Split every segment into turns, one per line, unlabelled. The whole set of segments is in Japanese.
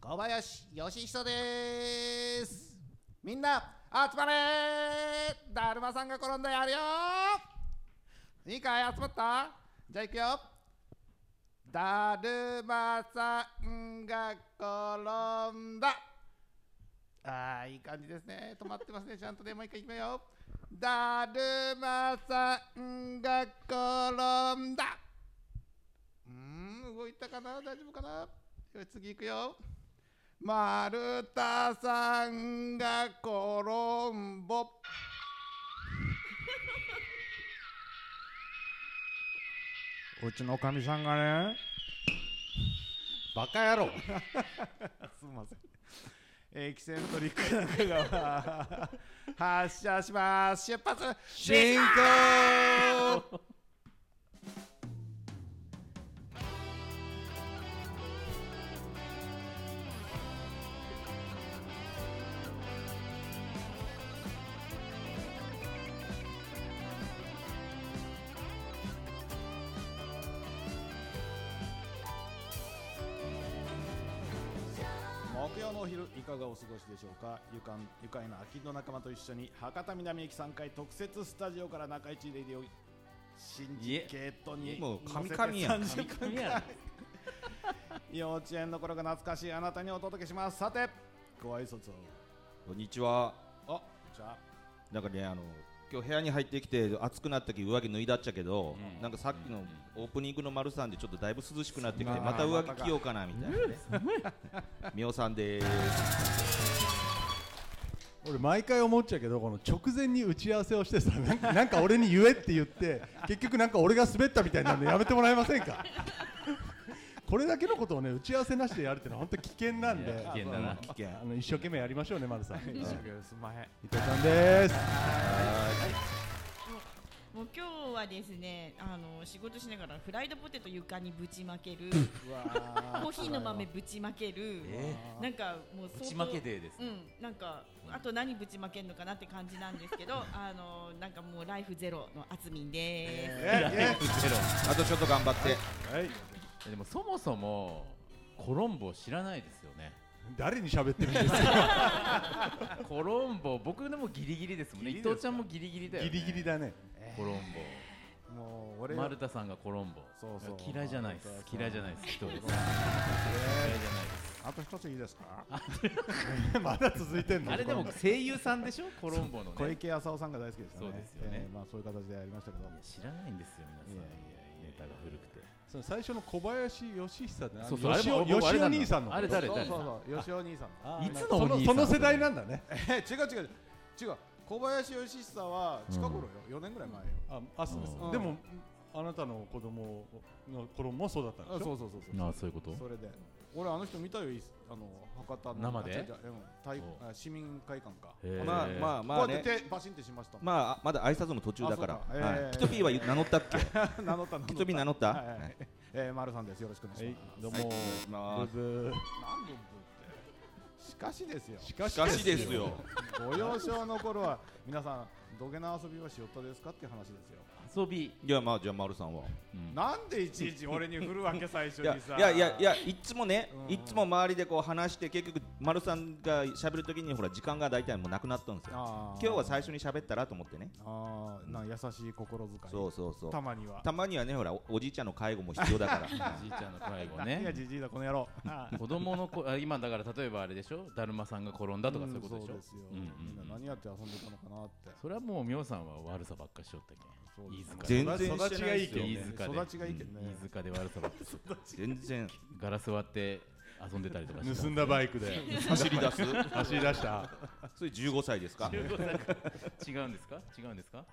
小林義人ですみんな集まれだるまさんが転んだやるよいいかい集まったじゃあ行くよだるまさんが転んだあーいい感じですね止まってますねちゃんとねもう一回いきまよだるまさんが転んだうーん動いたかな大丈夫かなよし次いくよ丸太さんが転ん ぼうちのおかみさんがねバカ野郎 すみませんエキセントリック中川発車します出発進行木曜のお昼いかがお過ごしでしょうかゆかん愉快な秋の仲間と一緒に博多南駅3階特設スタジオから中市レディオ新ジゲートに
もう神々やん
乗せて30分
神々やん
幼稚園の頃が懐かしいあなたにお届けしますさてご挨拶を
こんにちは。
あじゃ
なんかね、あの、今日部屋に入ってきて、暑くなったき、上着脱いだっちゃけど、なんかさっきのオープニングの丸さんで、ちょっとだいぶ涼しくなってきて、
まあ
また上着着ようかなみたいなね。みおさんでーす。
俺毎回思っちゃうけどこの直前に打ち合わせをしてさなん かなんか俺に言えって言って結局なんか俺が滑ったみたいなんでやめてもらえませんか これだけのことをね打ち合わせなしでやるってのは本当危険なんで
危険だな
危険。
あの一生懸命やりましょうね丸さん伊藤
あ
さ
すんまへん
んです
もう今日はですね、あの仕事しながらフライドポテト床にぶちまける、
うわー
コーヒーの豆ぶちまける、なんかもう相当
ぶちまけデーです
う
ね
ん、なんかあと何ぶちまけんのかなって感じなんです けど、あのなんかもうライフゼロのあつみんです。
え
あとちょっと頑張って。
でもそもそもコロンボ知らないですよね
誰に喋ってる んですか
コロンボ僕でもギリギリですもんね伊藤ちゃんもギリギリだよ、ね、
ギリギリだね
コロン
えもう
ボ
俺
丸田さんがコロンボ
そうそう
嫌いじゃないです嫌いじゃないです伊藤嫌いじゃないです
あと一ついいですか
まだ続いてんの
あれでも声優さんでしょコロンボの
小
ね
池浅尾さんが大好きですよね
そうですよね
ええまあそういう形でやりましたけど
いや知らないんですよ皆さん
いやい
ネタが古くて
その最初の小林義久って
そうそうあれ
吉尾
僕あれ
吉尾
なんだ
兄さんの
あれ誰
そう
誰
そうそう吉尾兄さん
あ
いつのお兄さん
そのその世代なんだね
え違う違う違う小林義久は近頃よ、4年ぐらい前よ、
ああそうです、
うん
でもあなたの子供の頃もそうだったんでしょ
あそうそうそうそう
ああそういうこと
それで俺あの人見たよいあの博多の
生で
あ違う違ううん体
お
あ市民会館か
へえ
まあまあま
こ
あ
うやっ
ね。
て手バシンってしましたもん、
まあ、まだ挨拶も途中だから。
あそうかえー
はいキトピーは言う名乗ったっけ。
名乗 った名乗った
キトピー名乗った。
はいはい
はい
えー、丸さんですよろしくお願いします、
どうも
まあ
ブ
何
ーブ
度もってしかしですよ
ーしか
しかしですよ。
ご幼少の頃は 皆さんどげな遊びはしよったですかっていう話ですよ、
遊び
いや、まあ、じゃあ、丸さんは。
なんでいちいち俺に振るわけ最初
いや
にさ
いやいやいやいつもね、
うん
いつも周りでこう話して結局丸さんが喋るときにほら時間が大体もうなくなったんですよ
あ
今
ー
日は最初に喋ったらと思ってね
あーなん優しい心遣い
そうそうそう
たまには
たまにはねほらおおじいちゃんの介護も必要だから
じいちゃんの介護
何 が
ね
じじいだこの野郎あ
子供の子あ今だから例えばあれでしょだるまさんが転んだとかそういうことでしょ、
んそうですよ
んうんうん
みんな何やって遊んでたのかなって
それはもうみょうさんは悪さばっかしよったけ
そ
ん
うで
飯
す
塚
全
で
然してない
育ちがいいけど
飯
ね
塚で
育ちがいいけどね
うん飯塚で悪さばっかしよった
全然
ガラス割って遊んでたりとかして
盗んだバイクで
走り出す
走り出した
それ15歳で すか
違うんですか違うんですか、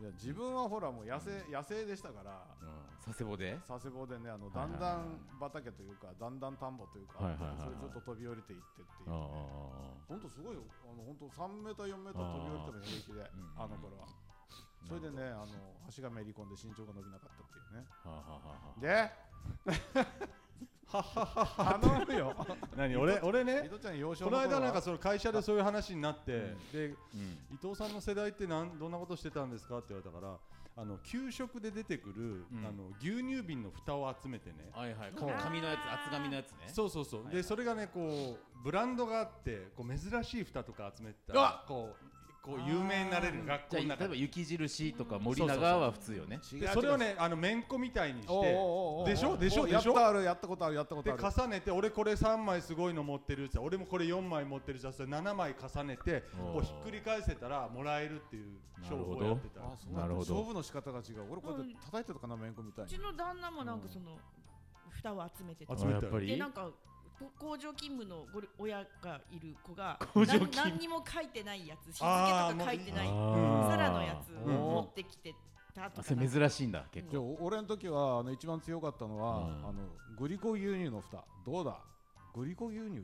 いや自分はほらもう野生野生でしたから
うん、佐世保で
佐世保でねあのだんだん畑というかだんだん田んぼというか
はいはいはいはい
それちょっと飛び降りていってってい
ああ
う
あ
本当すごいよあの本当3メーター4メーター飛び降りても平気で
あー
あの頃はそれでねあの足がめり込んで身長が伸びなかったっていうね
あああはあはあはあ
で頼む よ
何俺俺
伊
ね
藤ちゃん幼少
こ
の
の
頃は
間なんかその会社でそういう話になってで
うん
伊藤さんの世代ってなんどんなことしてたんですかって言われたからあの給食で出てくる、
うん
あの牛乳瓶の蓋を集めてね、
はいはい
こう
紙のやつ厚紙のやつね
そうそうそう、
はいは
で
い
それがねこうブランドがあってこう珍しい蓋とか集めてた
う
ら
わ
こうこう有名になれる学校の
じゃあ例
中
えば
で
雪印とか森永は普通よね
違う
でそれをねあのめんこみたいにして
おうおうおうおう
でしょでしょ
おう
でしょ
やったあるやったことあるやったこ
で
とある
重ねて俺これ3枚すごいの持ってるって俺もこれ4枚持ってるじゃんそれ7枚重ねて
おー
こうひっくり返せたらもらえるっていう勝負をやってた
あそう
なるほど
勝負の仕方が違う俺こうやって叩いてたかなめんこみたいうに
ちの旦那もなんかその蓋を集めてて
集めたよ
あやっぱ
で
り
なんかこ工場勤務のごり親がいる子が
工場
なん
勤務
何にも書いてないやつ日付と
あー
か書いてない
あ
サラのやつを
うん
持ってきてたと
あ
か
そ
なん
れ
か
珍しいんだ結
じゃあ
構
お俺の時はあの一番強かったのは、
うん
あのグリコ牛乳の蓋どうだグリコ牛乳よ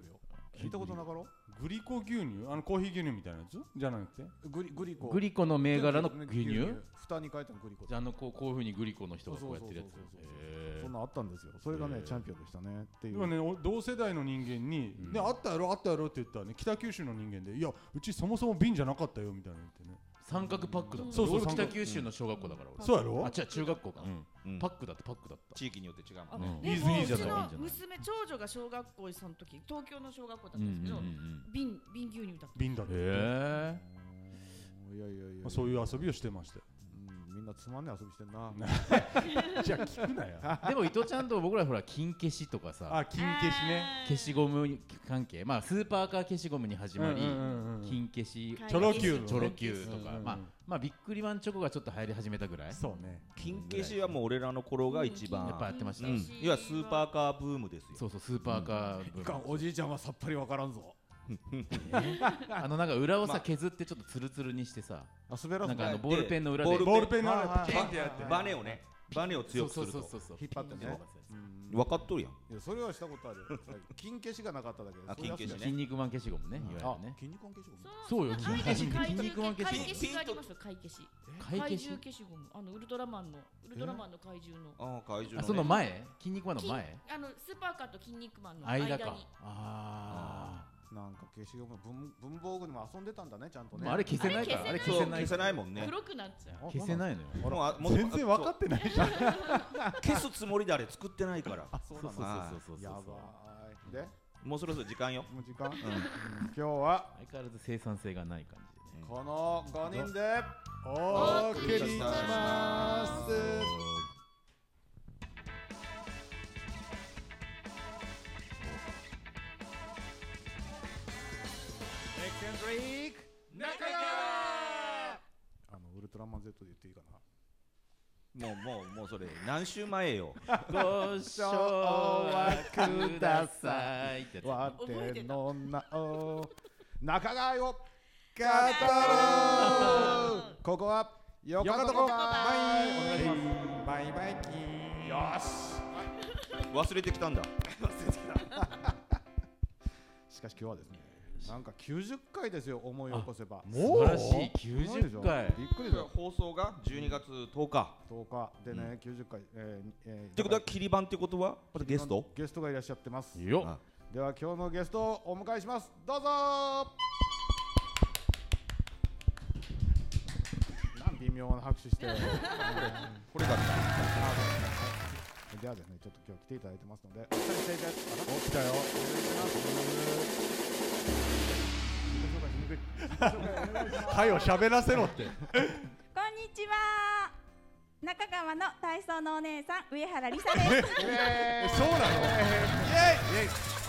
聞いたことなかろ
グリコ牛乳あのコーヒー牛乳みたいなやつじゃなくて
グリグリコ
グリコの銘柄の牛乳
蓋に書いてのグリコ
じゃああのこうこういうふうにグリコの人がこうやってるやつ
そうそうそうそう
へ
そ
ー
んなあったんですよそれがね、
へー
チャンピオンでしたねってい
で
う、
もねお同世代の人間に、
うん
ねあったやろあったやろって言ったらね北九州の人間でいやうちそもそも瓶じゃなかったよみたいなの言ってね
三角パックだ
そうそう
俺
三
北
角
九州の小学校だから俺
そうやろ
あ違う中学校か
うん
パックだったパックだった
地域によって違う
あ
もんね
うん
で
いいぞ
も
いいうじ
ち
ゃない
の
いいじゃない
娘長女が小学校その時東京の小学校だった
うん
んですけ
うんう
ど
んうん
瓶瓶牛乳だった
瓶だって、
へえ
うんいやいやいやいや、
まあ、そういう遊びをしてましたよ
うんみんなつまんねえ遊びしてんな
じゃあ聞くなよ あ
でも伊藤ちゃんと僕らほら金消しとかさ
金消しね
消しゴム関係まあスーパーカー消しゴムに始まり
うんうんうんうん
金消し
あー
チョロ Q
チョロ Q と
うんうん
か
うん
まあまあビックリマンチョコがちょっと流行り始めたぐらい
そうね
金消しはもう俺らの頃が一番
やっぱやってました
うんいわゆるスーパーカーブームですよ
そうそうスーパーカーブ
いかんおじいちゃんはさっぱりわからんぞ
あのなんか裏を
まあ
さ削ってちょっとツルツルにしてさ
あ滑ら
な
す
んかあ
ね
のボールペンの裏で
ボール
ボールペンの
あー
あれチェンってやって
バネをねバネを強くする
そうそう
と
そうそう
引っ張ってね
ピンて
うん
分かっとるやん
いやそれはしたことあるよはい金消しがなかっただけで
あ
それは
金消しね
筋肉マン消しゴムねいわ
あ
ゆるね
筋肉マン消しゴム
そうよ
貝消し
筋肉マン
貝
消し
消しがありますよ貝消し
買
怪
い消し
獣消しゴムあのウルトラマンのウルトラマンの怪獣の
ああ怪獣のね
あその前筋肉マンの
筋
前
あのスーパーカーと筋肉マンの間に
間かあ
なんか消しゴム文文房具でも遊んでたんだねちゃんと
ー
ね
まああれ消せないからあ
あ
れ
れ
そ
消
う
せ
消せ
な
ないいもんね
黒くなっちゃう
消せ
い
ないのよ
もうあもう
全然分かってないじゃん
消すつもりであれ作ってないから
そう
そうそうそう
あ
そうそう
やばーいで
もうそろそろ時間よ
もう時間、うん今日は
相変わらず生産性がない感じでね
この五人で
お
お
ー
送
け
り
り
し
し
ますエクセントリーク中川あのウルトラマン Z で言っていいかな
もうもうもうそれ何週前よ
ご賞はくださいってや
わての名を中川よ
語ろう
ここは横浜とこ
バイ
バイお願いします
バイバイキーよーし
忘れてきたんだ
しかし今日はですねなんか90回ですよ思い起こせば
つ素晴らしい90回
びっくりだよ
放送が12月10日
10日でね、90回、えーえー、
ってことは切り番ってことはまたゲスト
ゲストがいらっしゃってます
よっ
あ
では今日のゲストをお迎えしますどうぞなん微妙な拍手 して
これだった
ではですねちょっと今日来ていただいてますのでお二人来ていただいてお来たよ
はいを喋らせろって
こんにちは。中川の体操のお姉さん、上原梨沙 です。
え
そうなの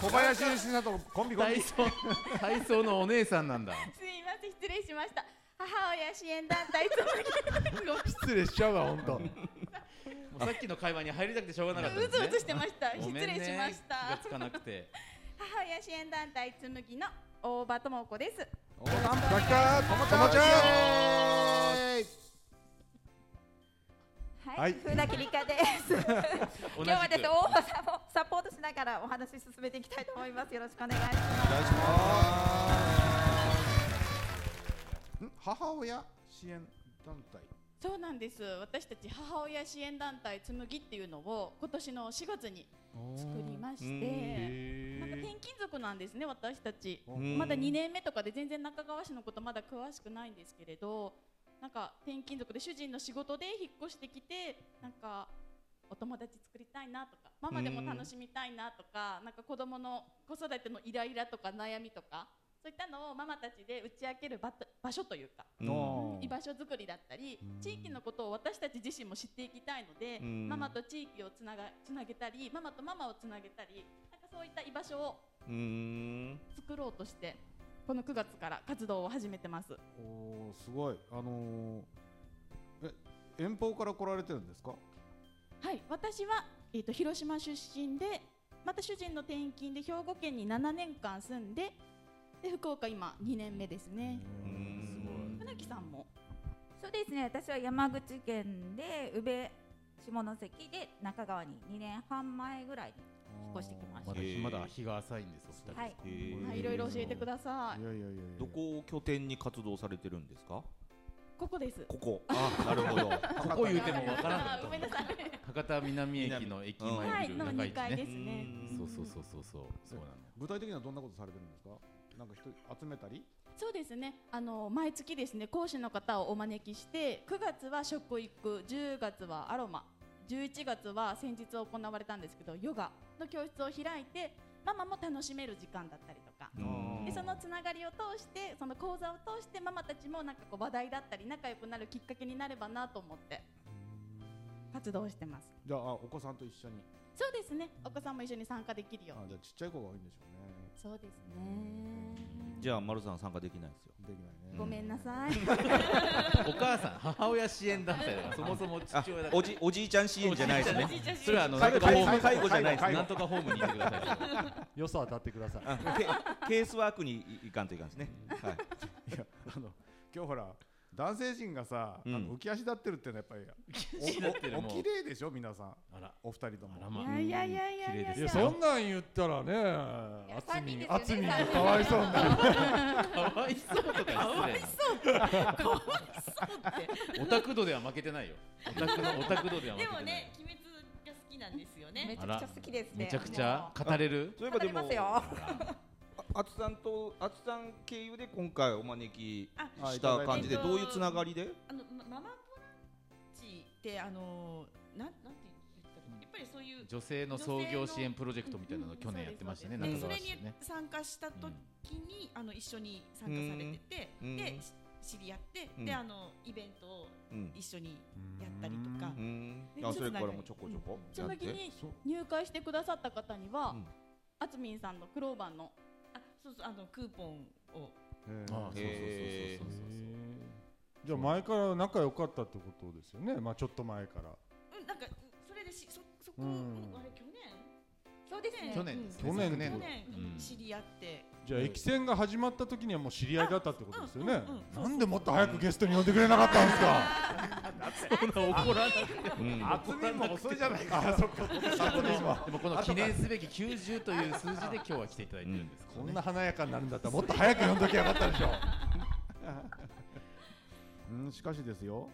小林由伸とコンビコン
体
ビ
操体操のお姉さんなんだ
すいません、失礼しました。母親支援団体と。
失礼しちゃうわほん と
もうさっきの会話に入りたくてしょうがなかった
う
です
ず
ね
うずしてました。失
ごめん
礼
ね
しまし
気が
た。
つかなくて
母親支援団体つむぎの大場智子です。
おなんと
バカー
こんにちは
はい、
はい
ふだきりかで
同
す。今
じ
日はです
く
ね、大場さんをサポートしながら、お話し進めていきたいと思います。よろしくお願いします。
ん母親支援団体
そうなんです私たち母親支援団体つむぎっていうのを今年の4月に作りましてなんか転勤族なんですね私たち
お
うん
まだ2年目とかで全然中川市のことまだ詳しくないんですけれど
なんか転勤族で主人の仕事で引っ越してきてなんかお友達作りたいなとかママでも楽しみたいなとかなんか子供の子育てのイライラとか悩みとかそういったのをママたちで打ち明ける場と場所というか
うん
居場所づくりだったり
うん
地域のことを私たち自身も知っていきたいので
うん
ママと地域をつながつなげたりママとママをつなげたりなんかそういった居場所を
うん
作ろうとしてこの9月から活動を始めてます
おーすごいあのー、え遠方から来られてるんですか
はい私は、えー、と広島出身でまた主人の転勤で兵庫県に7年間住んでで福岡今2年目ですね
うん
船木さんも
そうですね私は山口県で宇部下関で中川に2年半前ぐらいに引っ越してきまし
ま
た
だ
へー
まだ日が浅いんですお二人
はい
へー
はいいろいろ教えてくださ
い
い
やいやいやいや
どこを拠点に活動されてるんですか
ここです
ここあなるほど
ここ言うてもわからんか
あ
っ
ごめんなさい
た博多南駅の駅
は
前
い
ビル
の
の中
2
一
階
ね
ですね
うん
そうそうそうそうそうそうなの
具体的にはどんなことされてるんですかなんか人集めたり
そうですねあの毎月ですね講師の方をお招きして9月は食育10月はアロマ11月は先日行われたんですけどヨガの教室を開いてママも楽しめる時間だったりとか
うん
でそのつながりを通してその講座を通してママたちもなんかこう話題だったり仲良くなるきっかけになればなと思って活動してます
じゃああお子さんと一緒に
そうですねお子さんも一緒に参加できるよ
あ
う
じゃ
に
あちっちゃい子が多いんでしょ
そうですね
じゃあ丸さん参加できないですよ
うねできないね
ごめんなさい
お母さん母親支援団体だからそもそも
あ
父親だから
おじおじいちゃん支援じゃないですね
それはあのなん
介
と
護
かホーム
介護じゃないです
介護
なんとかホームに行ってください
よそ当たってください
あケケースワークにいいかんといかんですね。はい。
いやあの今日ほら男性陣がさ、
うん
あの浮き足立ってるってのはやっぱり
足立ってる
おお
もう
お綺麗でしょ皆さん
あら
お二人と
あら
も
ま
いやいやいやいや
綺麗
い
で
や
す
い
よ
やそんなん言ったらねあつ
三
み
人
ん
です
あつ
よね
みんがかわいそうな
かわいそうとか失礼な
かわいそうって。
オタク度では負けてないよオタクのオタク度では負け
で
てな
も
い
ね、鬼滅が好きなんですよ
め
ね。
ちゃくちゃ好きですね
めちゃくちゃ語れる
そういえ
語
ばで
りま
も
す、よ
あつさんとあつさん経由で今回お招き
あ
した感じで
えっと
どういうつながりで？
あのまママボランチってあのなんなんて言ったらいいのやっぱりそういう
女性の創業支援プロジェクトみたいなのを去年やってましたね
で
中
そ
川
れ
市で
に
ね
参加した時に、あの一緒に参加されてて、
うんう
で
ん
し知り合って、
うん
であのイベントを
うん。
一緒にやったりとか
う、ん。
で
あ
ち
そ
ょっと
れからもちょこちょこ
ち
やっ
なみ
て。
に入会してくださった方には、
うん
あつみんさんのクローバーの
あそうそうあのクーポンを
え
ああそうそう
へー
そうそうそうそう
じゃあ前から仲良かったってことですよねまあちょっと前か
う
ら
んなんかそれでしそそこ、
うん
あれ去年
そうですね
去年ですね
去年
昨
去
年
年
うん
知り合って、
じゃあ駅伝が始まった時にはもう知り合いだったってことですよね
あうんうんうんそうそう
なんでもっと早くゲストに呼んでくれなかったんですか
そんな怒らない
うん
厚みも遅いじゃないか
あそっか
でもこの記念すべき90という数字で今日は来ていただいてるんですけど
こ
ね
んな華やかになるんだったらもっと早く呼んどきゃよかったでしょ
うんしかしですよ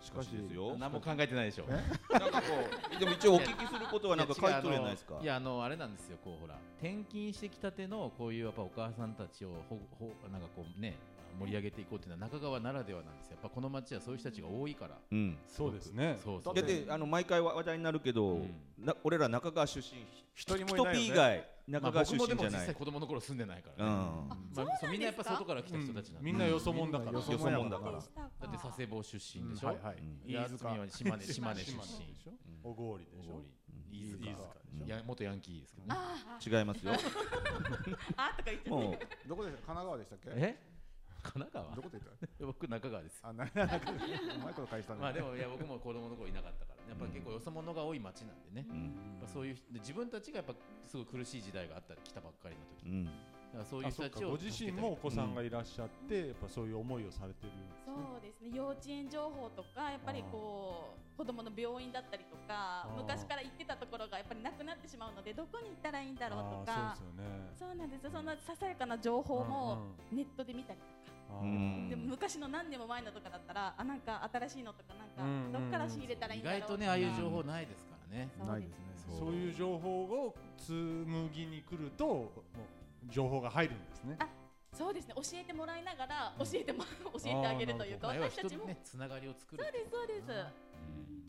し
し
か
か
し
しですよ。
何も考えてないでしょ
え
なんかこうでも一応お聞きすることはなんか書いとれないですか
や違うあの？いやあのあれなんですよこうほら転勤してきたてのこういうやっぱお母さんたちをほほなんかこうね盛り上げていこうっていうのは中川ならではなんですよやっぱこの町はそういう人たちが多いから
うん。
そうですね
そうそう
だってあの毎回話題になるけど
うん、
な俺ら中川出身ひ
一人
と
もいないよね
ピ以外
ま
中
あ
川
僕
出
もで
身
も
じ
実
ゃない
際。子供の頃住んでないから
う
ね
ん。
まあそうみんなやっぱ外から来た人たちなんで
みんなよそ者だ
み
から
んなよそ者だから
でしたか
だって佐世保出身でし
は
ょ
いはい
うん
飯塚は島根島根出身
島根でしょおごおりでしょ
飯
飯
塚
塚でしょ
いや元ヤンキーですけどね
違いますよ。
あとか言って
もう
どこでした神奈川でしたっけ
え神奈
どこで言っ
川 僕中川ですよ
たあ なななうまいこと返したね
まあでもいや僕も子供の頃いなかったからやっぱ結構よそ者が多い町なんでね
うん
まあそういう人自分たちがやっぱすごい苦しい時代があった来たばっかりの
う
時
ん。
だからそういう
あ
人
そったか
ちを
ご自身もお子さんがいらっしゃってやっぱそういう思いをされてる
そうですね幼稚園情報とかやっぱりこう子供の病院だったりとか
あー
昔から行ってたところがやっぱりなくなってしまうのでどこに行ったらいいんだろうと
あ
か
ーそうですよね
そうなんですよそんなささやかな情報もネットで見たり
うん
う
うんあー
ん
でも昔の何年も前のとかだったらあなんか新しいのとか
うんうん
なん
うん
かどっから仕入れたらいい
意
んだろう
外とねああいう情報ないですからね
そう
ない
で
ですすね
そう
そういう情報を紡ぎに来るともう情報が入るんですね
そうですね教えてもらいながら教えても教えてあげるというか
あーなるほ
私た
ど
ちも、
まあ要は人とねつながりを作る
そうですそうです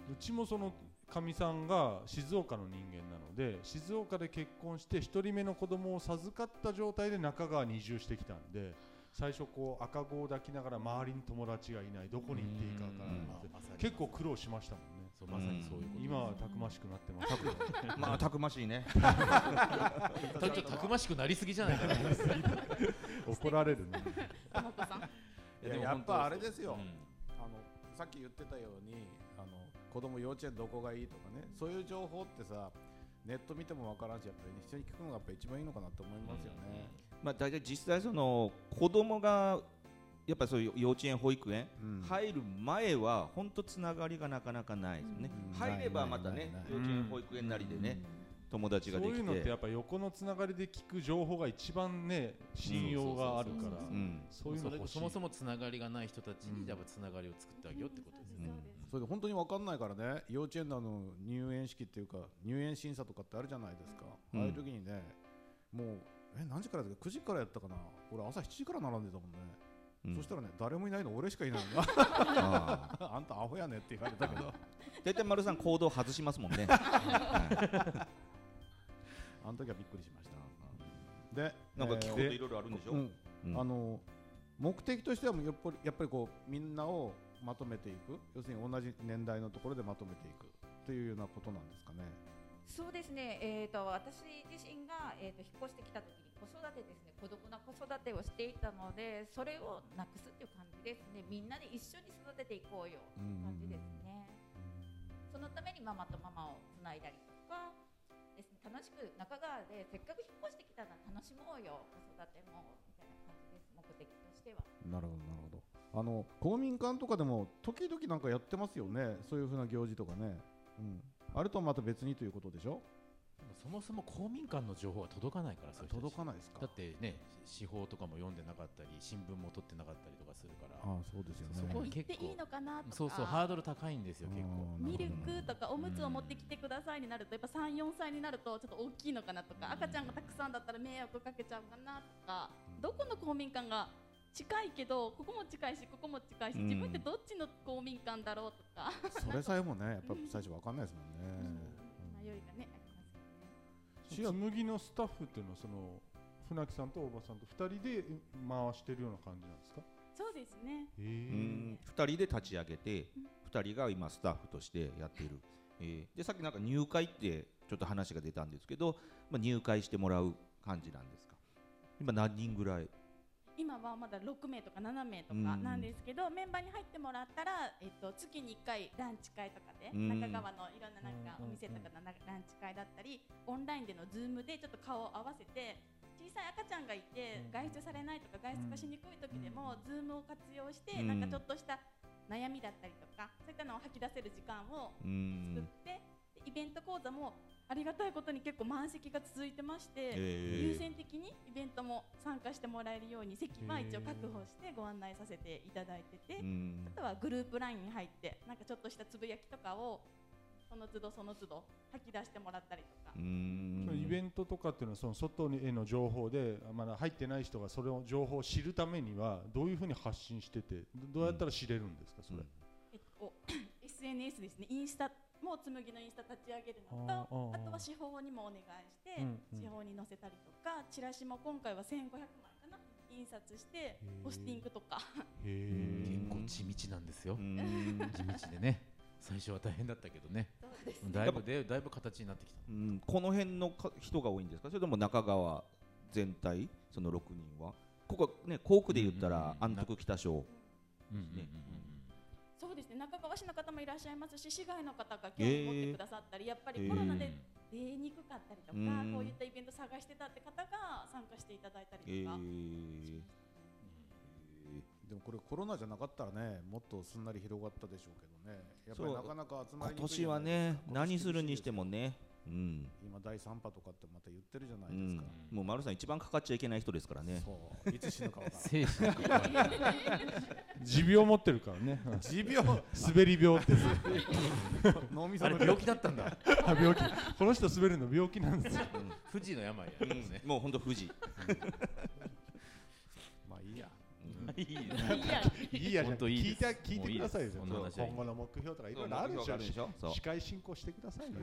うちもそのかみさんが静岡の人間なので静岡で結婚して1人目の子供を授かった状態で中川に移住してきたんで最初こう赤子を抱きながら周りに友達がいないどこに行っていいかわから
うん
ない結構苦労しましたもんね
そうまさにそういうこと
今はたくましくなってますけど
まあたくましいね。
たちょっとたくましくなりすぎじゃないかな
怒られるね
ともこさん
いやでも
やっぱあれです
う
よ、
ん
あのさっき言ってたようにあの子供幼稚園どこがいいとかねそういう情報ってさネット見てもわからんしやっぱり人に聞くのがやっぱ一番いいのかなと思いますよね。
まあ大体実際その子供がやっぱそういう幼稚園保育園
うん
入る前は本当つながりがなかなかないですよね
う。ん
入ればまたね
ないないない
幼稚園保育園なりでね友達
そ
が
う
で
い
き
うのって
て。
やっぱ横のつながりで聞く情報が一番ね信用があるから
うん
そういう
そ
の
れ
欲しい
そもそもつながりがない人たちにやっぱつながりを作ってあげようってことですよね
そうです
それで本当にわかんないからね幼稚園のあの入園式っていうか入園審査とかってあるじゃないですか、
うん
ああいう時にねもうえ何時からだっけ9時からやったかな俺朝7時から並んでたもんね、
うん
そしたらね誰もいないの俺しかいないの
ああ
あんたアホやねって言 われたけど
大体丸さん行動外しますもん ね。
あの時はびっくりしました、で
なんか聞くこと
えー
いろいろあるんでしょ。
うん
うん
あの目的としてはもうやっぱりやっぱりこうみんなをまとめていく要するに同じ年代のところでまとめていくというようなことなんですかね
そうですね、えー、と私自身が、えー、と引っ越してきた時に子育てですね孤独な子育てをしていたのでそれをなくすっていう感じですねみんなで一緒に育てていこうよっていう感じですねそのためにママとママをつないだりとかです、ね、楽しく中川でせっかく引っ越してきたら楽しもうよ子育てもみたいな感じです目的としては
なるほどなるほどあの公民館とかでも時々なんかやってますよねそういうふうな行事とかね、うん、あれとはまた別にということでしょ
そもそも公民館の情報は届かないからそういう人たち
届かないですか
だってね司法とかも読んでなかったり新聞も取ってなかったりとかするから
ああそうですよね
そこは
行って
結構
いいのかなとか
そうそうハードル高いんですよ結構
ああなるほど
ミルクとかおむつを持ってきてくださいになるとやっぱ3、4歳になるとちょっと大きいのかなとか赤ちゃんがたくさんだったら迷惑かけちゃうかなとかどこの公民館が近いけどここも近いしここも近いし
うん
自分ってどっちの公民館だろうとか
それさえもねやっぱり最初わかんないですもんね、
迷いがねあり
紬のスタッフっていうのはその船木さんと大場さんと2人で回してるような感じなんですか
ますよねそうですね
へ
う
え
ん二人で立ち上げて、二人が今スタッフとしてやっている。えーでさっきなんか入会ってちょっと話が出たんですけど、まあ入会してもらう感じなんですか。今何人ぐらい？
今はまだ6名とか7名と
うん
かなんですけど、メンバーに入ってもらったら、えっと、月に1回ランチ会とかで、
うん
中川のいろんななんかお店とかのなランチ会だったりオンラインでのズームでちょっと顔を合わせて小さい赤ちゃんがいて外出されないとか外出がしにくい時でも、ズームを活用して、
うん
なんかちょっとした悩みだったりとかそういったのを吐き出せる時間を
うん。
作って、でイベント講座もありがたいことに結構満席が続いてまして。
え
優先的にイベントも参加してもらえるように席は一応確保してご案内させていただいてて、
うん
あとはグループ LINE に入ってなんかちょっとしたつぶやきとかをその都度その都度吐き出してもらったりとか、
うん
そのイベントとかっていうのはその外への情報でまだ入ってない人がそれを情報を知るためにはどういうふうに発信しててどどうやったら知れるんですかそれ、
うん
えっ と、SNS ですねインスタも紬のインスタ立ち上げるのと
あーあ
あ
ー
とは司法にもお願いして、
うんうん
司法に載せたりとかチラシも今回は1500枚かな印刷してポスティング とか
へ
結構地道なんですよ
うん
地道でね最初は大変だったけどねだいぶでだいぶ形になってきた
うんこの辺のか人が多いんですか。それとも中川全体その六人は？ここはね校区で言ったら
うんう
安
ん
徳北小。
うんうん
んうんうん
そうですね中川市の方もいらっしゃいますし市外の方が興味持ってくださったり、やっぱりコロナで出にくかったりとか、
うん
こういったイベント探してたって方が参加していただいた
え
りとか、
ー
でもこれコロナじゃなかったらねもっとすんなり広がったでしょうけどねやっぱり
そう
なかなか集ま
今
りにくいじ
年
ゃ
は
な
い
です
ね
か
何するにして
今年厳いですよ
もね。うん。
今第3波とかってまた言ってるじゃな
う
いです
ん
か、
もう丸さん一番かかっちゃいけない人ですからね。
そういつ死ぬか 分から
精神の関わり
持病持ってるからね
ん持病
滑り病っていう
脳みそ
あ
の
れ病気だったんだ
あ病気この人滑るの病気なんですよ
富士の病や
うんもう本当富士。
いいね
いや
いいやじゃん
本当いいで
聞い
す
た聞いてくださいよ
もういいですこんな話
その
はいい
今後の目標とかいろいろあるじゃん
でしょそう
司会進行してくださいよ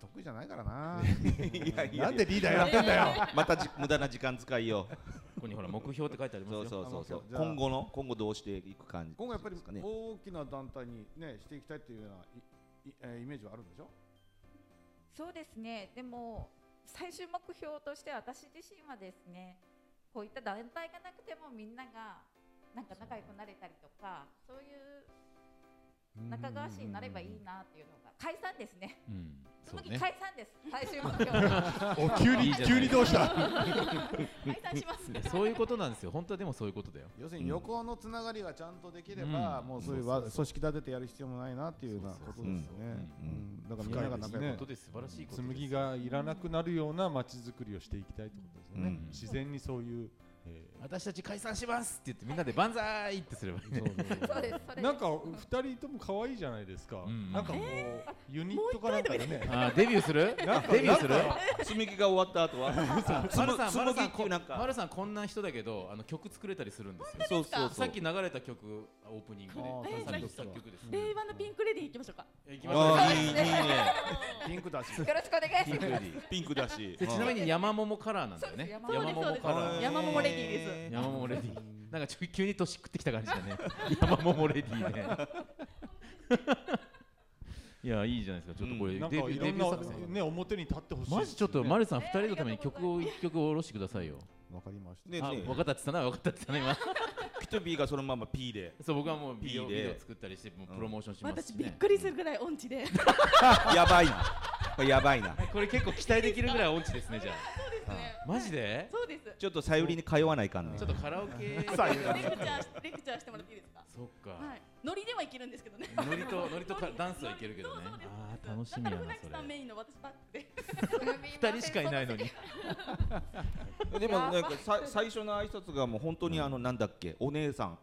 得意じゃないからな
いやいや
なんでリーダーやってんだよ
またじ無駄な時間使いよ
ここにほら目標って書いてあります
そ
よ
うそうそうそう
あのじゃあ
今後の今後どうしていく感じ
今後やっぱり
ですかね
大きな団体にねしていきたいというようないいえーイメージはあるんでしょ
そうですね。でも最終目標として私自身はですね、こういった団体がなくてもみんながなんか仲良くなれたりとか、そういう仲川氏になればいいなっていうのが解散ですね。
うんそ
その
う
時
ね
解 散です。最終目標は。
お急
いいじ
に
ゃない
急にどうした
解散します
いやそういうことなんですよ本当はでもそういうことだよ
要するに横のつながりがちゃんとできれ
う
ば
ん
もうそういうわ組織立ててやる必要もないなっていうようなことですよ
う
ね
ん
うんだからみんなが仲良
深い
く
本当で素晴らしいことです
紬がいらなくなるような街づくりをしていきたいってことですよね、
うん
自然にそういう、え
私たち解散しますって言ってみんなで万歳ってすればいいね
ー
そうです。それです
なんか2人とも可愛いじゃないですか、
うん
なんかこう、ユニットかなんかでね
あーデビューする
なんか
デビューする
なんか
積み木が終わった後はつむ
丸さん
つ
丸
む
さ
ぎ
ん
っていうなん
こ丸
か
さんこんな人だけどあの曲作れたりするんですよ
そうそうそう
さっき流れた曲オープニングで
あー
丸さんの作
何
曲です
令和のピンクレディー行きましょうか
いき
あ
ま
あいいいいね
ピンクだし
よろしくお願いし
すねピンクレ
ま
デ
す。
ィー
ピンクだし
でちなみに山桃カラーなんだよ
そ
ね
うです山
桃
カラー
山桃レディーです
す
山桃レディーなんかちょ急に年食ってきた感じだ ね山桃レディーね いやいいじゃないですかちょっとこれ
な
デ
んか
ビ
い
ュー
ろ
デ
ん
ビュー作戦
な、ね、表に立ってほしいですよね
マジちょっと丸さん
え
2
ー
人のために曲を1曲下ろしてくださいよ
わかりました
ね
あ
ね
分かったって言ったな分かったって言ったな今
ピトビーがそのまま P で
そう僕はもうビデオ
P で
ビデオ作ったりしてもうプロモーションします
私
し
びっ
ね
くりするぐらい音痴で
やばいなこれやばいな
これ結構期待できるぐらい音痴ですねじゃあマジで
そうです
ちょっとさゆりに通わないかんね
ちょっとカラオケ
レクチャーレクチャーしてもらっていいですか
そっか
はいノリではいけるんですけどね
ノリ とノリとかダンスはいけるけどね
そうそうです
あー楽しみやな
だから船
そ
木さん
れ
メインの私バックで
2人しかいないのに
でもなんかさ最初の挨拶がもう本当にあのなんだっけお姉さん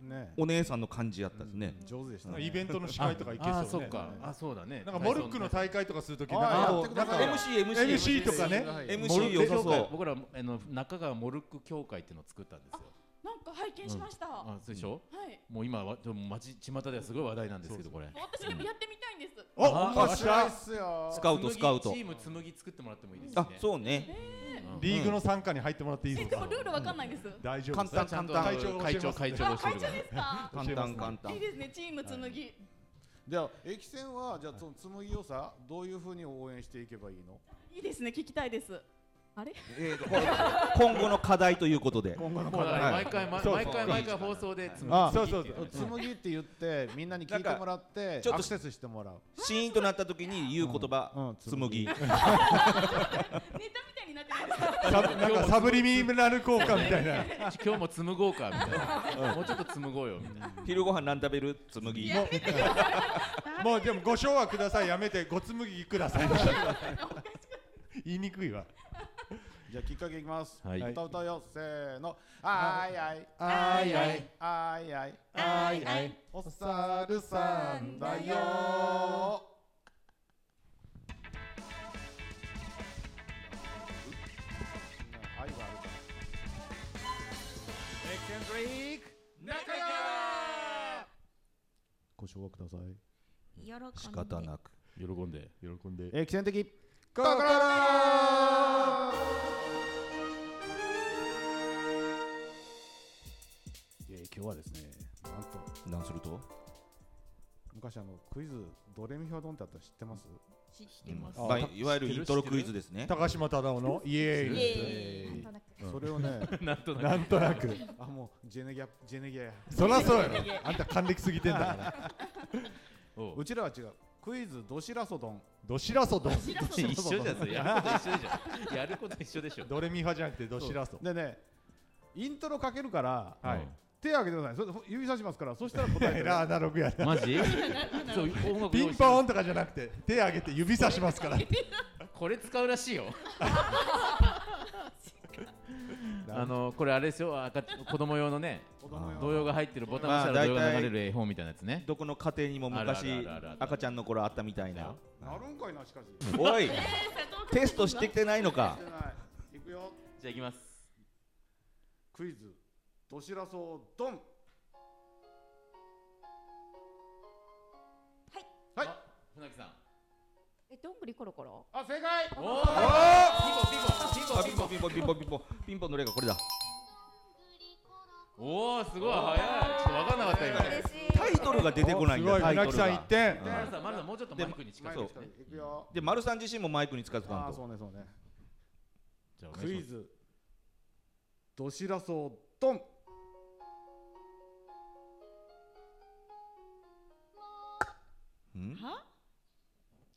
ね
お姉さんの感じやったですね
うん上手でした
なんか
ね
イベントの司会とかい
あ
け
ー
そ
そうっ
ね
かあそうだね
なんかモルックの大会とかするときなん
あーや
かこ
って
う
く
な
だ
ん
さ
か
いよ
MC
MC とかね
はい
MC よさ
協会
そ
僕らあの中川モルック協会っていうのを作ったんですよ
なんか拝見しました、は
あそうでしょ
い
もう今はでも街巷ではすごい話題なんですけどこれ
私でもやってみたいんです
お
あー
おっしゃ
っすよ
うスカウトスカウト
紬チーム紬作ってもらってもいいですしね
あそうね
うん
リーグの参加に入ってもらっていいで
え
す
でも
か
ルールわかんないです、
大丈夫
簡
です
単
ちゃ
簡
んと
単
会長が
会
教え
長
ます
会長
あ
が教え
会
る
長
か
ですか
簡単簡単
いいですねチーム紬、ぎ
じゃあ駅線はじゃあその紬をさどういうふうに応援していけばいいの
いいですね聞きたいですあれ
えーとこれ今後の課題ということで
今後
ら
の
もうだから毎回ま
そうそう
毎回毎回放送で紬
あ
そうそうそう
紬って言ってみんなに聞いてもらって
ちょっと
アクセスしてもらう
シーンとなった時に言う言
うんう
葉
ん
紬
ネタみたいになってないですか
サブなんかサブリミナル効果みたいな
今日も紡ごうかみたいなもうちょっと紡ごうよみたいな
昼ご飯何食べる紬
もうもうでもご賞はくださいやめてごつむぎください言いにくいわ
じゃあきっかけいきます
はい
歌歌うよせーのあーいあい
あ
いあいあいあい
あいあい
おさるさんだよ愛があるからエキセントリック中川ご唱和ください
喜んで
仕方なく
喜んで
喜んで
エキセン的
心
えー今日はですねなんと
なんすると
昔あのクイズドレミファドンってあったの知ってます
知ってます
まあいわゆるイントロクイズですね
高島忠夫のイエーイ
イエ
なんとなく
それをね
なんとなく
なんとなく
あもうジェネギャジェネギャや
そらそうやろあんた還暦すぎてんだから
おう
うちらは違うクイズドシラソドン
どしらそどん
一緒じゃんそれやること一緒じゃんやること一緒でしょ
ドレミファじゃなくてどしらそ
でねイントロかけるから、
は
手を挙げてくださいそれ指さしますからそしたら答え
え
て
らアナログやな
マジそう音楽
ピ
用
ン
意して
ポーンとかじゃなくて手挙げて指さしますから
これ使うらしいよ
ダ メ
あのこれあれですよ赤子供用のね
子供用
童謡が入ってるボタン押した
まあ
ら童謡が
大
流
体
れる絵本みたいなやつね
どこの家庭にも
あるあ
昔
るあるある
赤ちゃんの頃あったみたいな
なるんかいなしかし
おいテストしてきてないのか
してないいくよ
じゃあいきます
クイズどしらそうドンはい
あ船木さん
え、どんぐりコロコロ。
あ正解
おお
あピンポンピンポンピンポンピンポンピンポンの例がこれだ
おおすごい早いちょっと分かんなかった今
嬉しい。
タイトルが出てこないんだ
おすご
タイ
い
ト
船
ル
木さん
が
1点
うん
丸さん丸さんもうちょっとマイクに近い
マイ
そ
ク
う
近くいくよ
で丸さん自身もマイクに近づか
あ
ん
ー
と
そうねそうね
じゃあお願い
ク
しま
イ
す
ズどしらそうドン
うん
は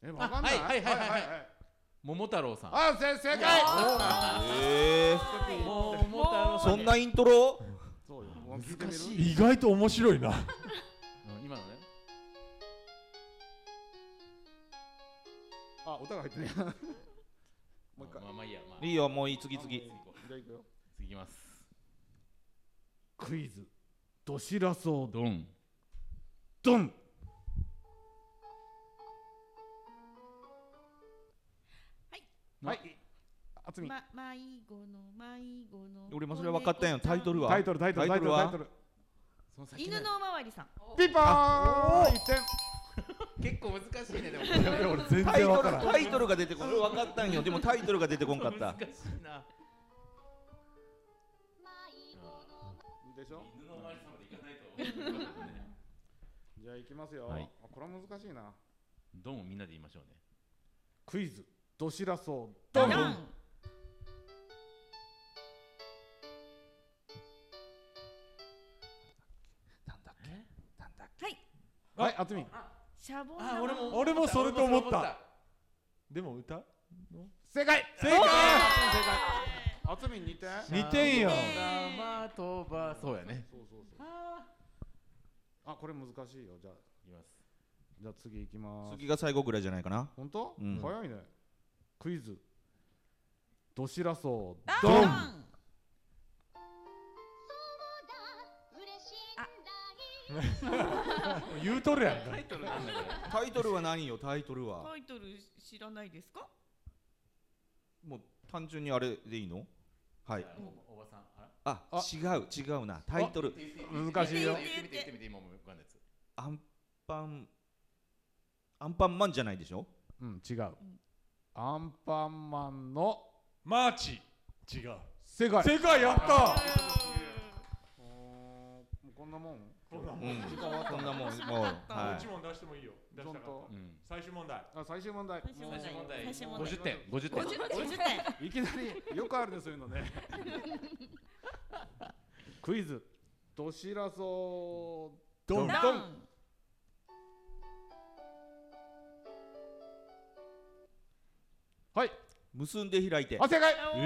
えわかんない
あはいはいはいはい
はい
桃太郎さん
あせ正解
え
桃太郎
ー
さん
そんなイントロ
そうよ
難し
意外と面白いな
うん今のね
あ歌が入 ってねもう一回
まあまあいいやまあ
いいよもういい次次
じゃあいくよ
次いきます
クイズどしらそう
ドン
ドンはいあつみ
ま、迷子の迷子の。
俺もそれ分かったんやんタイトルは
タイトルタイトルタ
タ
イ
イト
トル
ルは
タイトル
その先ね
犬のおまわりさん。
ピンポーン一点
結構難しいねでも
いやいや俺全
タイ
然わ
ト
か
ル
らん
タイトルが出てこん俺分かったんよでもタイトルが出てこんかっ
難
た
しいな
でしょ
犬の周りさまでいかないと
じゃあいきますよ、
はい
あこれは難しいな
ドンをみんなで言いましょうね
クイズどしらそうド
ドン。
ン
なんだっけなんだっ
はいあつみ
シャボン
あ
玉。
俺も
俺もそれと思ったでも歌
正解
正解
あつみ2点
二点やん
玉とばそうやね
そうそうそう
あ
あこれ難しいよじゃあ
いきます
じゃあ次いきま
け
す
次が最後ぐらいじゃないかな
本当、
うん
早いねクイズどしらそう
あ
ド
ド
ン
ン。
言うとるやんか
タイトルなんだこれ
タイトルは何よタイトルは
タイトル知らないですか。
もう単純にあれでいいのはい
おばさんあら
あ
あ
違う違うなタイトル
難しい
言
よ
ってみて言ってみて今もう浮かんだやつ
アンパンアンパンマンじゃないでしょ
うん違うアンパンマンの
マーチ違う
世界
正解やった
おーもうこんなもん
こんなも
うん
時間終わった
こんなもんもうは
一問出してもいいよ出したかった
本
うん
最終問題
あ最終問題
最終問題
もう
最終問題
50点50点
五十点。
いきなりよくあるねそういうの ねクイズどしらそう
ドン
ドン。
はい
い結んで開いて
あ正解
それ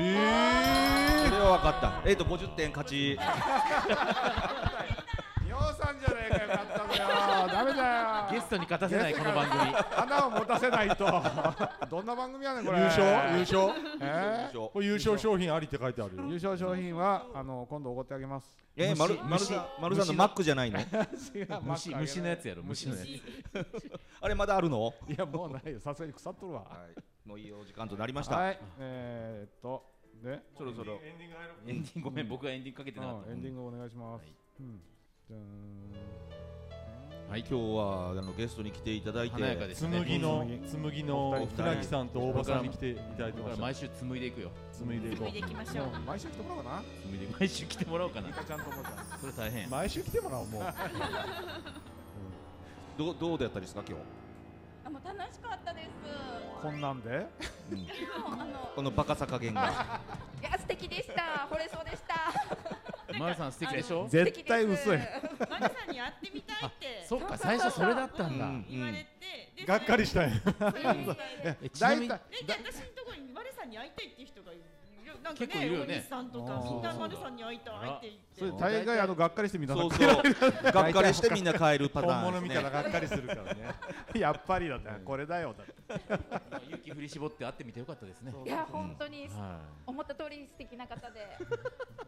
は分かったえっと50点勝ち
ミオさんじゃねえかよかったのよダメだ
ゲ
よ
ストに勝たせないこの番組
花を持たせないとどんな番組やねん
優
これ
勝 優勝
え
優勝
これ優勝商品ありって書いてあるよ
ー優勝賞品はあの今度おごってあげます
えまる
虫
まるさんまるさんの
虫の
マックじゃないの
違うマック
虫
あげない
虫のやつやろ 虫のやつ
あれまだあるの
いやもうないよさすがに腐っとるわ
はいもういいお時間となりました
はいえーっとで
そろそろ
エンディング入ろう
エンディング
ごめん僕がエンディングかけてなかっ
うん
た
エンディングお願いします
はい
うんじゃーん
はい
今日はあのゲストに来ていただいて
華やかでしたね
紬の紬の
二人
船木さんと大場さんに来ていただいて
だから
ました
毎週紡いでいくよ
紡いでいこ
見ていうきましょう。
毎週来てもらおうかな
紡いでいく毎週来てもらおうか ない
いかちゃんと思うから
それ大変
毎週来てもらおうもう
どうどうだったですか今
あもう楽しかったです
こんなんで
日、うん
もうあの
このバカさ加減が
いや、素敵でした。惚れそうで した。
丸さん素敵でしょ
絶対
素敵です
嘘や
マリさんに会ってみたいって。
そっか最初それだったんだ
うん
言われて。で
がっかり。したい
それに
えちなみ
大
に
体
で私のところにマリさんに会いたいっていう人がいる。なんか
結構いるよ
ね、
ね
大西さんと
あ
か、
ー
みんなマリさんに会いたい、会いたいって
そ
言
れ
って。
大概あのがっかりしてみた
そう
な
そうがっかりしてみんな帰るパタ
本
ー
物
ン
見
で
た
す
ら
ね
がっかりするからね
やっぱりだってこれだよだって
まあ勇気振り絞って会ってみてよかったですね
いや、本当に
は
思った通りに素敵な方で。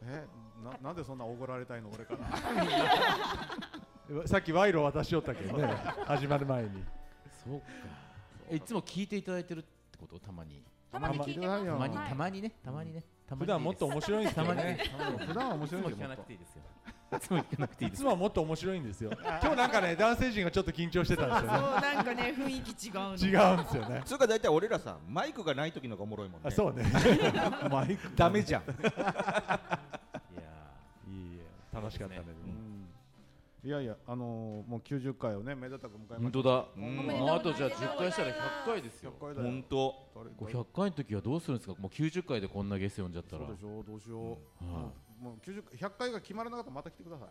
えななんでそんな怒られたいの俺 から
さっき賄賂渡しよったけどね始まる前に
いそうかえいつも聞いていただいてるってことたまに
たまに聞いてます。
た
たまに
はい
たまにねたまにねたまに
普段もっと面白いんですけどね
普段は面白い
い
ん
つ
だ
も聞かな
けどもっ
く
と
ていいですよいつも聞かなくてい
い
いです
つもはもっと面白いんですよ今日なんかね男性陣がちょっと緊張してた
そう
んですよね
なんかね雰囲気違うの
違うんですよね
それが大体俺らさマイクがない時のがおもろいもんね
あそうねマイク
ダメじゃん
いや
いいえ楽しかったねでも
うんいやいや、あのーもう90回をね、めでたく迎え
ー本
まし
当だ
うん
おめでとう
もうあとじゃあ10回したら100回です
た。
よ
100回だよ。
本当
誰
こう100回の時はどうするんですかもう90回でこんなゲス呼んじゃった
そ
ら
うでしょう、どうしよう。
うん
もうもう90 100回が決まらなかったらまた来てくださ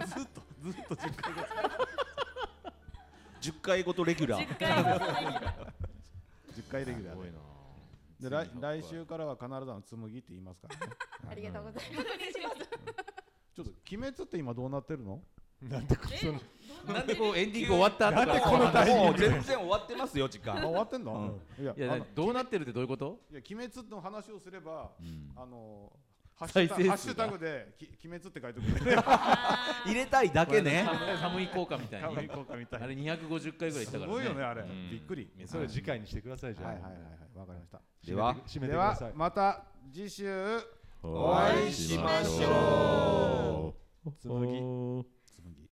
い。
ずっとずっと10回10回ごとレギュラー
10回レギュラ
す
ー
ごい
で。
な
で来来週からは必ずあの紬って言いますからね。
ありがとうございます。
ちょっと鬼滅って今どうなってるの？
なんでこその
なんでこうエンディング終わった後から
このタイミングで
もう全然終わってますよ時
あ
間
終わってんの？いや
いや
あのい
どうなってるってどういうこと
や鬼滅の話をすればあのハッシ
再
ュ
生数
タグ
が
ハッシュタグでき鬼滅って書い てくれる。
入れたいだけね
サムイ効果みたいな
多分行こうかみたい
あれ250回ぐらいいった
す
からね
ごいよねあれ
うん。
びっくり。
それ次回にしてくださいじゃあ
はいはいはいはいわかりました。
では
締めて
で
くださ
はいまた次週。
お会いしましょう
紬
紬
紬